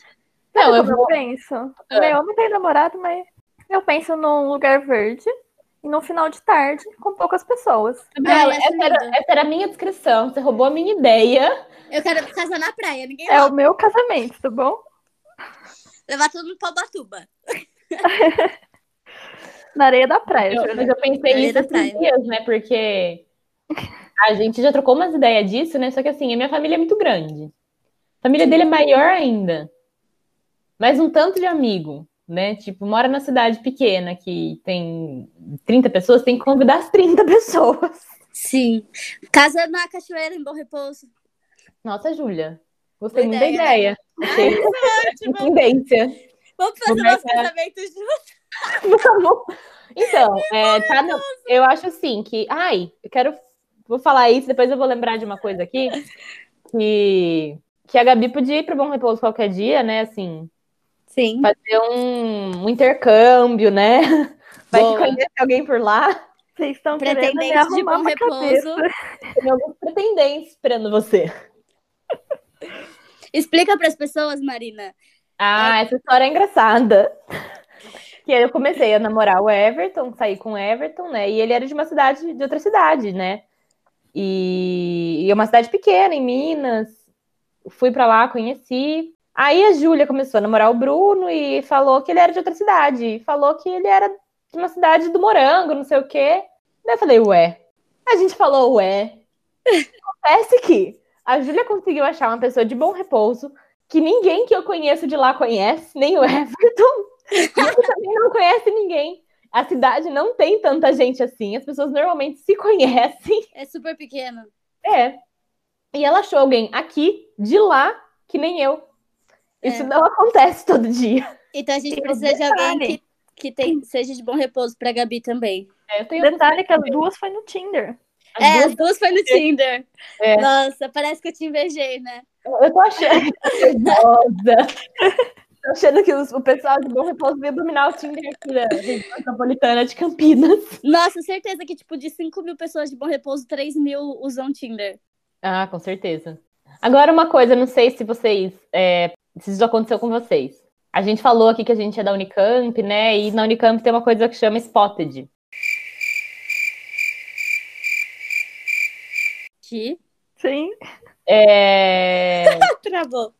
Speaker 3: Não, eu
Speaker 1: Sabe como
Speaker 3: vou. É.
Speaker 1: eu penso. Meu, eu não tenho namorado, mas eu penso num lugar verde e num final de tarde com poucas pessoas.
Speaker 3: Gabriela,
Speaker 2: Ah, eu acho
Speaker 3: essa, era,
Speaker 2: lindo.
Speaker 3: essa era a minha descrição. Você roubou a minha ideia.
Speaker 2: Eu quero casar na praia, ninguém
Speaker 1: É
Speaker 2: vai.
Speaker 1: o meu casamento, tá bom?
Speaker 2: Levar todo mundo pra Ubatuba.
Speaker 1: Na areia da praia.
Speaker 3: Eu- mas eu pensei
Speaker 2: Olhei
Speaker 3: nisso
Speaker 2: da
Speaker 3: esses
Speaker 2: praia.
Speaker 3: dias, né? Porque a gente já trocou umas ideias disso, né? Só que assim, a minha família é muito grande. A família dele é maior ainda. Mas um tanto de amigo, né? Tipo, mora na cidade pequena que tem 30 pessoas, tem que convidar as 30 pessoas.
Speaker 2: Sim. Casa na cachoeira, em Bom Repouso.
Speaker 3: Nossa, Júlia. Gostei
Speaker 2: Boa
Speaker 3: muito da
Speaker 2: ideia, né?
Speaker 3: ideia. Achei
Speaker 2: ótimo.
Speaker 3: uma tendência.
Speaker 2: Vamos fazer
Speaker 3: Começa-
Speaker 2: nosso casamento junto.
Speaker 3: Tá bom. Então, é, tá no- eu acho assim que. Ai, eu quero. Vou falar isso, depois eu vou lembrar de uma coisa aqui. Que, que a Gabi podia ir para Bom Repouso qualquer dia, né? Assim,
Speaker 2: Sim.
Speaker 3: fazer um, um intercâmbio, né? Vai que
Speaker 2: Boa.
Speaker 3: conhece alguém por lá.
Speaker 1: Vocês estão querendo me
Speaker 2: Pretendente de
Speaker 1: arrumar
Speaker 2: Bom
Speaker 1: uma
Speaker 2: Repouso.
Speaker 1: cabeça.
Speaker 3: Tem alguns pretendentes esperando você.
Speaker 2: Explica pras pessoas, Marina.
Speaker 3: Ah, essa história é engraçada. Que eu comecei a namorar o Everton, saí com o Everton, né? E ele era de uma cidade, de outra cidade, né? E, e é uma cidade pequena, em Minas. Fui pra lá, conheci. Aí a Júlia começou a namorar o Bruno e falou que ele era de outra cidade. E falou que ele era de uma cidade do Morango, não sei o quê. Daí eu falei, ué. A gente falou, ué. Acontece que a Júlia conseguiu achar uma pessoa de bom repouso que ninguém que eu conheço de lá conhece, nem o Everton. E ele também não conhece ninguém. A cidade não tem tanta gente assim. As pessoas normalmente se conhecem.
Speaker 2: É super pequeno.
Speaker 3: É. E ela achou alguém aqui, de lá, que nem eu. Isso
Speaker 2: É.
Speaker 3: não acontece todo dia.
Speaker 2: Então a gente
Speaker 1: Tem um
Speaker 2: precisa de alguém
Speaker 1: detalhe.
Speaker 2: que, que tem, seja de Bom Repouso pra Gabi também.
Speaker 3: É, eu tenho
Speaker 1: Detalhe que as duas foi no Tinder.
Speaker 3: as
Speaker 2: É,
Speaker 3: duas-
Speaker 2: as duas foi no Tinder.
Speaker 3: É.
Speaker 2: Nossa, parece que eu te invejei, né?
Speaker 3: Eu tô achando. Nossa. Tô achando que os- o pessoal de Bom Repouso veio dominar o Tinder aqui da região metropolitana de Campinas.
Speaker 2: Nossa, certeza que, tipo, de 5 mil pessoas de Bom Repouso, 3 mil usam Tinder.
Speaker 3: Ah, com certeza. Agora uma coisa, não sei se vocês, é, se isso aconteceu com vocês. A gente falou aqui que a gente é da Unicamp, né? E na Unicamp tem uma coisa que chama Spotted.
Speaker 2: Que
Speaker 1: Sim.
Speaker 3: É...
Speaker 2: travou.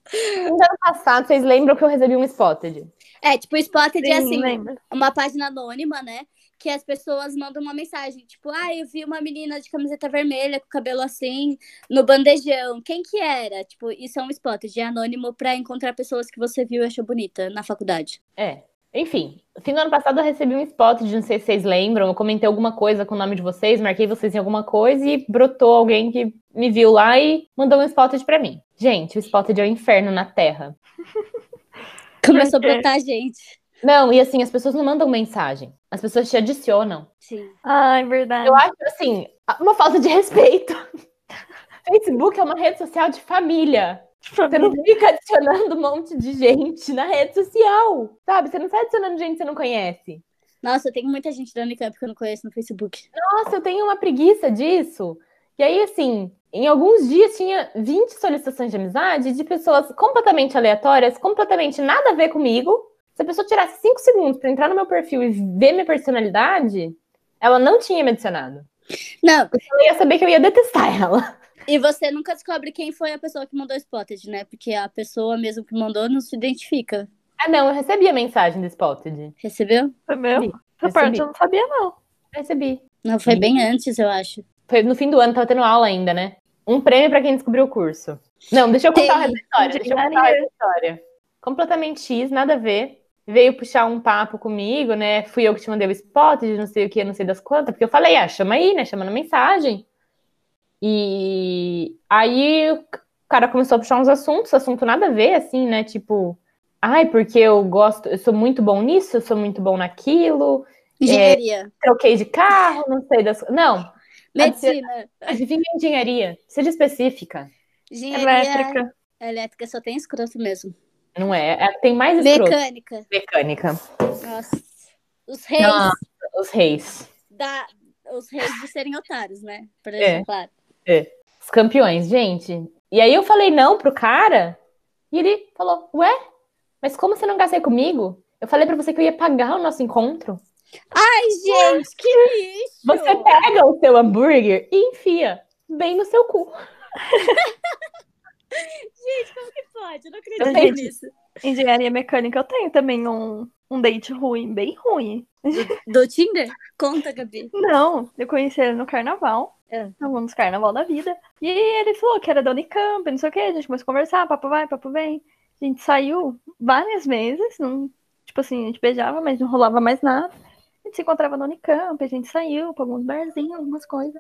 Speaker 3: No ano passado, vocês lembram que eu recebi um Spotted?
Speaker 2: É, tipo, o Spotted é assim,
Speaker 1: lembra?
Speaker 2: uma página anônima, né? Que as pessoas mandam uma mensagem, tipo, ah, eu vi uma menina de camiseta vermelha com cabelo assim no bandejão. Quem que era? Tipo, isso é um spotted, é anônimo pra encontrar pessoas que você viu e achou bonita na faculdade.
Speaker 3: É. Enfim, fim do ano passado eu recebi um Spotted, não sei se vocês lembram. Eu comentei alguma coisa com o nome de vocês, marquei vocês em alguma coisa e brotou alguém que me viu lá e mandou um Spotted pra mim. Gente, o Spotted é o inferno na Terra.
Speaker 2: Começou a
Speaker 3: É.
Speaker 1: quê?
Speaker 2: brotar gente.
Speaker 3: Não, e assim, as pessoas não mandam mensagem. As pessoas te adicionam.
Speaker 2: Sim.
Speaker 1: Ai, verdade.
Speaker 3: Eu acho, assim, uma falta de respeito. Facebook é uma rede social de família. Você não fica adicionando um monte de gente na rede social, sabe? Você não sai adicionando gente que você não conhece.
Speaker 2: Nossa, tem muita gente da Unicamp que eu não conheço no Facebook.
Speaker 3: Nossa, eu tenho uma preguiça disso. E aí, assim, em alguns dias tinha 20 solicitações de amizade de pessoas completamente aleatórias, completamente nada a ver comigo. Se a pessoa tirasse 5 segundos pra entrar no meu perfil e ver minha personalidade, ela não tinha me adicionado.
Speaker 2: Não,
Speaker 3: Eu ia saber que eu ia detestar ela.
Speaker 2: e você nunca descobre quem foi a pessoa que mandou o spotted, né? Porque a pessoa mesmo que mandou não se identifica.
Speaker 3: Ah, não, eu recebi a mensagem do Spotted.
Speaker 2: Recebeu?
Speaker 1: Foi meu?
Speaker 3: Sim,
Speaker 1: Essa parte
Speaker 3: recebi.
Speaker 1: eu não sabia, não.
Speaker 3: Recebi.
Speaker 2: Não, foi
Speaker 3: Sim.
Speaker 2: bem antes, eu acho.
Speaker 3: Foi no fim do ano, tava tendo aula ainda, né? Um prêmio pra quem descobriu o curso. Não, deixa eu contar o
Speaker 2: Tem.
Speaker 3: resto da história. Deixa eu contar o resto da história. Completamente X, nada a ver. Veio puxar um papo comigo, né? Fui eu que te mandei o spot de não sei o que, não sei das quantas, porque eu falei, ah, chama aí, né? Chama na mensagem. E aí o cara começou a puxar uns assuntos, assunto nada a ver, assim, né? Tipo, ai, porque eu gosto, eu sou muito bom nisso, eu sou muito bom naquilo,
Speaker 2: Engenharia.
Speaker 3: Troquei de carro, não sei das. Não,
Speaker 2: Medicina.
Speaker 3: adivinha a engenharia. Seja específica.
Speaker 2: Engenharia. Elétrica.
Speaker 1: Elétrica.
Speaker 2: só tem escroto mesmo.
Speaker 3: Não é? é a que tem mais escroto.
Speaker 2: Mecânica.
Speaker 3: Mecânica.
Speaker 2: Nossa. Os reis
Speaker 3: Nossa. Os reis.
Speaker 2: da. Os reis de serem otários, né? Por
Speaker 3: É.
Speaker 2: exemplo, claro.
Speaker 3: Os campeões, gente. E aí eu falei não pro cara. E ele falou, ué? Mas como você não gastei comigo? Eu falei pra você que eu ia pagar o nosso encontro.
Speaker 2: Ai, gente, que lixo!
Speaker 3: Você pega o seu hambúrguer e enfia bem no seu cu.
Speaker 2: pode, eu não
Speaker 3: Eu
Speaker 2: acredito
Speaker 3: sei
Speaker 2: nisso.
Speaker 1: Engenharia mecânica, eu tenho também um, um date ruim, bem ruim.
Speaker 2: Do Tinder? Conta, Gabi.
Speaker 1: Não, eu conheci ele no carnaval.
Speaker 2: É.
Speaker 1: Algum dos carnaval da vida. E ele falou que era da Unicamp, não sei o que. A gente começou a conversar, papo vai, papo vem. A gente saiu várias vezes. Não, tipo assim, a gente beijava, mas não rolava mais nada. A gente se encontrava na Unicamp, a gente saiu pra alguns barzinhos, algumas coisas.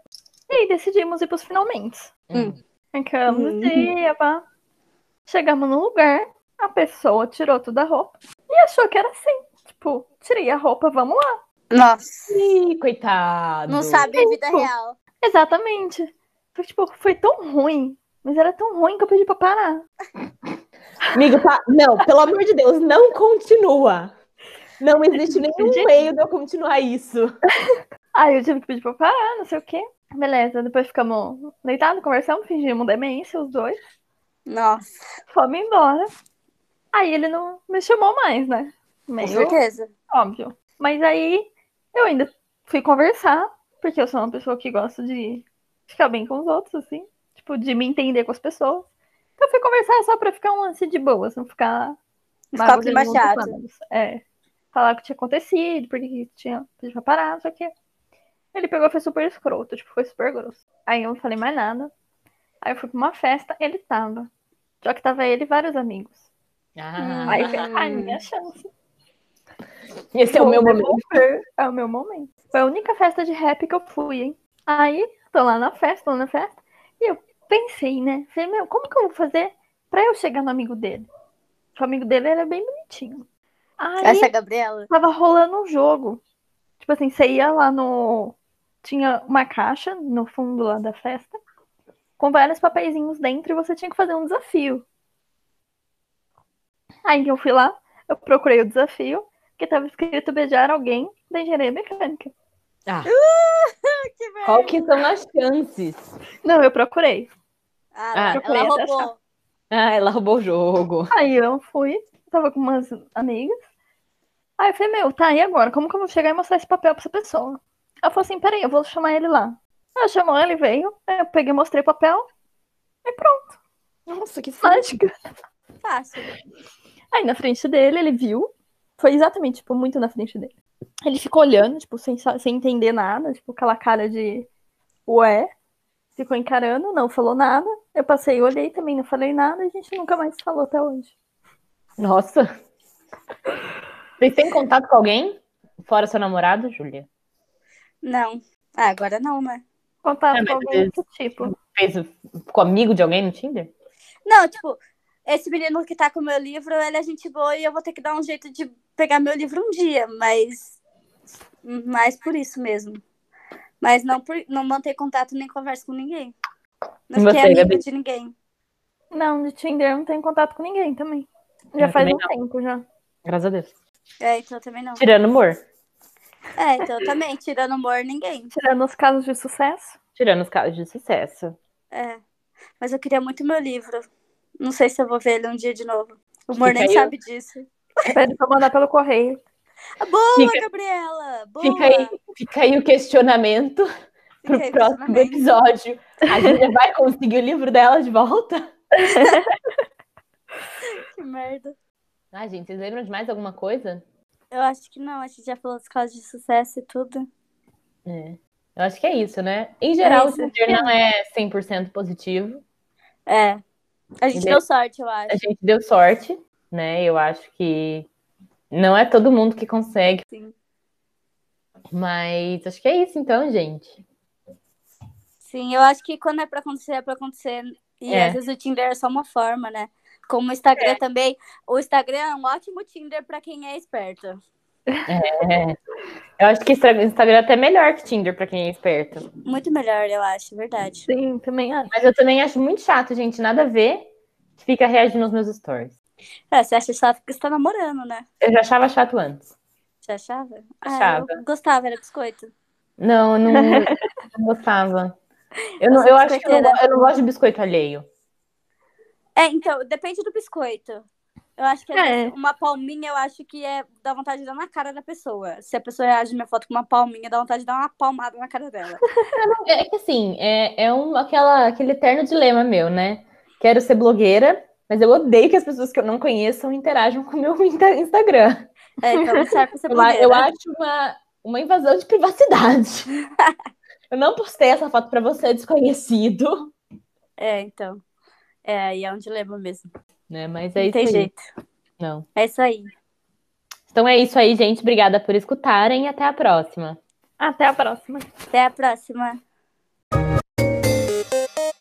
Speaker 1: E aí decidimos ir pros finalmente.
Speaker 2: Hum.
Speaker 1: Ficamos
Speaker 2: Hum.
Speaker 1: no dia, pá. Chegamos no lugar, a pessoa tirou toda a roupa e achou que era assim. Tipo, tirei a roupa, vamos lá.
Speaker 2: Nossa.
Speaker 3: Ih, coitado.
Speaker 2: Não sabe a vida
Speaker 1: Isso.
Speaker 2: real.
Speaker 1: Exatamente. Foi, tipo, foi tão ruim, mas era tão ruim que eu pedi pra parar.
Speaker 3: Amigo, pa- não, pelo amor de Deus, não continua. Não existe nenhum meio de eu continuar isso.
Speaker 1: Aí eu tive que pedir pra parar, não sei o quê. Beleza, depois ficamos deitados, conversamos, fingimos demência, os dois.
Speaker 2: Nossa,
Speaker 1: Fomos embora. Aí ele não me chamou mais, né?
Speaker 2: com
Speaker 1: Meio
Speaker 2: certeza.
Speaker 1: óbvio. Mas aí eu ainda fui conversar, porque eu sou uma pessoa que gosta de ficar bem com os outros, assim. Tipo, de me entender com as pessoas. Então eu fui conversar só pra ficar um lance de boas, não ficar
Speaker 2: Ficar
Speaker 1: Mago
Speaker 2: com clima
Speaker 1: dos
Speaker 2: chato.
Speaker 1: Mundos Planos. É. Falar o que tinha acontecido, porque que tinha pedido pra parar, não sei o quê. Ele pegou e foi super escroto, tipo, foi super grosso. Aí eu não falei mais nada. Aí eu fui pra uma festa, ele tava. Só que tava ele e vários amigos.
Speaker 2: Ah.
Speaker 1: Aí eu falei, ai, é minha chance.
Speaker 3: Esse é o meu
Speaker 1: Vou
Speaker 3: momento.
Speaker 1: um devolver. É o meu momento. Foi a única festa de rap que eu fui, hein? Aí, tô lá na festa, tô lá na festa. E eu pensei, né? Falei, meu, como que eu vou fazer pra eu chegar no amigo dele? Porque O amigo dele era bem bonitinho. Aí,
Speaker 2: Essa é a Gabriela?
Speaker 1: tava rolando um jogo. Tipo assim, você ia lá no. Tinha uma caixa no fundo lá da festa, com vários papeizinhos dentro, e você tinha que fazer um desafio. Aí eu fui lá, eu procurei o desafio, que tava escrito beijar alguém da engenharia mecânica.
Speaker 3: Ah. Qual que são as chances?
Speaker 1: Não, eu procurei.
Speaker 2: Ah,
Speaker 3: Ah,
Speaker 2: não,
Speaker 1: eu
Speaker 2: ela
Speaker 1: ia
Speaker 2: roubou.
Speaker 3: Ah, ela roubou o jogo.
Speaker 1: Aí eu fui, tava com umas amigas. Aí eu falei, meu, tá, e agora? Como que eu vou chegar e mostrar esse papel pra essa pessoa? Ela falou assim, peraí, eu vou chamar ele lá. Ela chamou, ele veio, aí eu peguei, mostrei o papel,
Speaker 3: Nossa, que
Speaker 1: mágica.
Speaker 2: Fácil.
Speaker 1: Aí na frente dele, ele viu, foi exatamente, tipo, muito na frente dele. Ele ficou olhando, tipo, sem, sa- sem entender nada, tipo, aquela cara de ué, ficou encarando, não falou nada. Eu passei, olhei também, não falei nada, e a gente nunca mais falou até hoje.
Speaker 3: Nossa. Vocês têm contato com alguém? Fora seu namorado, Júlia?
Speaker 2: Não. Ah, agora não, né?
Speaker 1: Contato
Speaker 3: É,
Speaker 1: com
Speaker 3: mas
Speaker 1: alguém
Speaker 3: às
Speaker 1: do tipo.
Speaker 3: Fez, ficou amigo de alguém no Tinder?
Speaker 2: Não, tipo, esse menino que tá com o meu livro, ele é gente boa e eu vou ter que dar um jeito de pegar meu livro um dia, mas. Mas por isso mesmo. Mas não, por, não manter contato nem conversa com ninguém.
Speaker 3: E
Speaker 2: Não fiquei
Speaker 3: você,
Speaker 2: amiga
Speaker 3: Gabi?
Speaker 2: de ninguém.
Speaker 1: Não, de Tinder eu não tenho contato com ninguém também. Já
Speaker 3: É, Eu
Speaker 1: faz
Speaker 3: também
Speaker 1: um tempo já.
Speaker 3: Graças a Deus.
Speaker 2: É, então eu também não.
Speaker 3: Tirando amor.
Speaker 2: É, então eu também, tirando humor, ninguém.
Speaker 1: Tirando os casos de sucesso.
Speaker 3: Tirando os casos de sucesso.
Speaker 2: É. Mas eu queria muito meu livro. Não sei se eu vou ver ele um dia de novo. O humor
Speaker 3: Fica
Speaker 2: nem
Speaker 3: aí,
Speaker 2: sabe disso.
Speaker 1: Pede pra mandar pelo correio.
Speaker 2: Ah, Boa,
Speaker 3: Fica-
Speaker 2: Gabriela! Boa!
Speaker 3: Fica aí, fica aí o questionamento
Speaker 2: Fica aí
Speaker 3: pro
Speaker 2: o
Speaker 3: próximo
Speaker 2: questionamento.
Speaker 3: episódio. A Júlia vai conseguir o livro dela de volta?
Speaker 2: Que merda.
Speaker 3: Ah, gente, vocês lembram de mais alguma coisa?
Speaker 2: Eu acho que não, a gente já falou dos casos de sucesso e tudo.
Speaker 3: É. Eu acho que é isso, né? Em geral, o
Speaker 2: isso.
Speaker 3: Tinder não é 100% positivo.
Speaker 2: É. A gente
Speaker 3: Bem-
Speaker 2: deu sorte, eu
Speaker 3: A
Speaker 2: acho.
Speaker 3: gente deu sorte, né? Eu acho que não é todo mundo que consegue.
Speaker 2: Sim.
Speaker 3: Mas acho que é isso então, gente.
Speaker 2: Sim, eu acho que quando é pra acontecer, é pra acontecer. E
Speaker 3: É.
Speaker 2: às vezes o Tinder é só uma forma, né? Como o Instagram também. O Instagram é um ótimo Tinder pra quem é esperto.
Speaker 3: É. Eu acho que Instagram é até melhor que Tinder pra quem é esperto.
Speaker 2: Muito melhor, eu acho, verdade.
Speaker 1: Sim, também é. acho.
Speaker 3: Mas eu também acho muito chato, gente, nada a ver, que fica reagindo aos meus stories.
Speaker 2: É, você acha chato porque você tá namorando, né?
Speaker 3: Eu já achava chato antes.
Speaker 2: Você achava?
Speaker 3: Achava.
Speaker 2: Ah, eu gostava, era biscoito.
Speaker 3: Não, eu não, eu não gostava. Eu, não,
Speaker 2: Você é
Speaker 3: eu acho que eu não,
Speaker 2: biscoiteira.
Speaker 3: go- eu não gosto de biscoito alheio.
Speaker 2: É, então, depende do biscoito. Eu acho que às
Speaker 1: É.
Speaker 2: vezes, uma palminha, eu acho que é dá vontade de dar na cara da pessoa. Se a pessoa reage minha foto com uma palminha, dá vontade de dar uma palmada na cara dela.
Speaker 3: É que assim, é, é um, aquela, aquele eterno dilema meu, né? Quero ser blogueira, mas eu odeio que as pessoas que eu não conheço interajam com o meu Insta- Instagram.
Speaker 2: É, então não serve pra ser
Speaker 3: Eu, a-
Speaker 2: blogueira.
Speaker 3: eu acho uma, uma invasão de privacidade. eu não postei essa foto pra você, desconhecido.
Speaker 2: É, então. É, aí é um dilema mesmo.
Speaker 3: Né? Mas é
Speaker 2: Não
Speaker 3: isso
Speaker 2: tem
Speaker 3: aí.
Speaker 2: jeito.
Speaker 3: Não.
Speaker 2: É isso aí.
Speaker 3: Então é isso aí, gente. Obrigada por escutarem e até a próxima.
Speaker 1: Até a próxima.
Speaker 2: Até a próxima.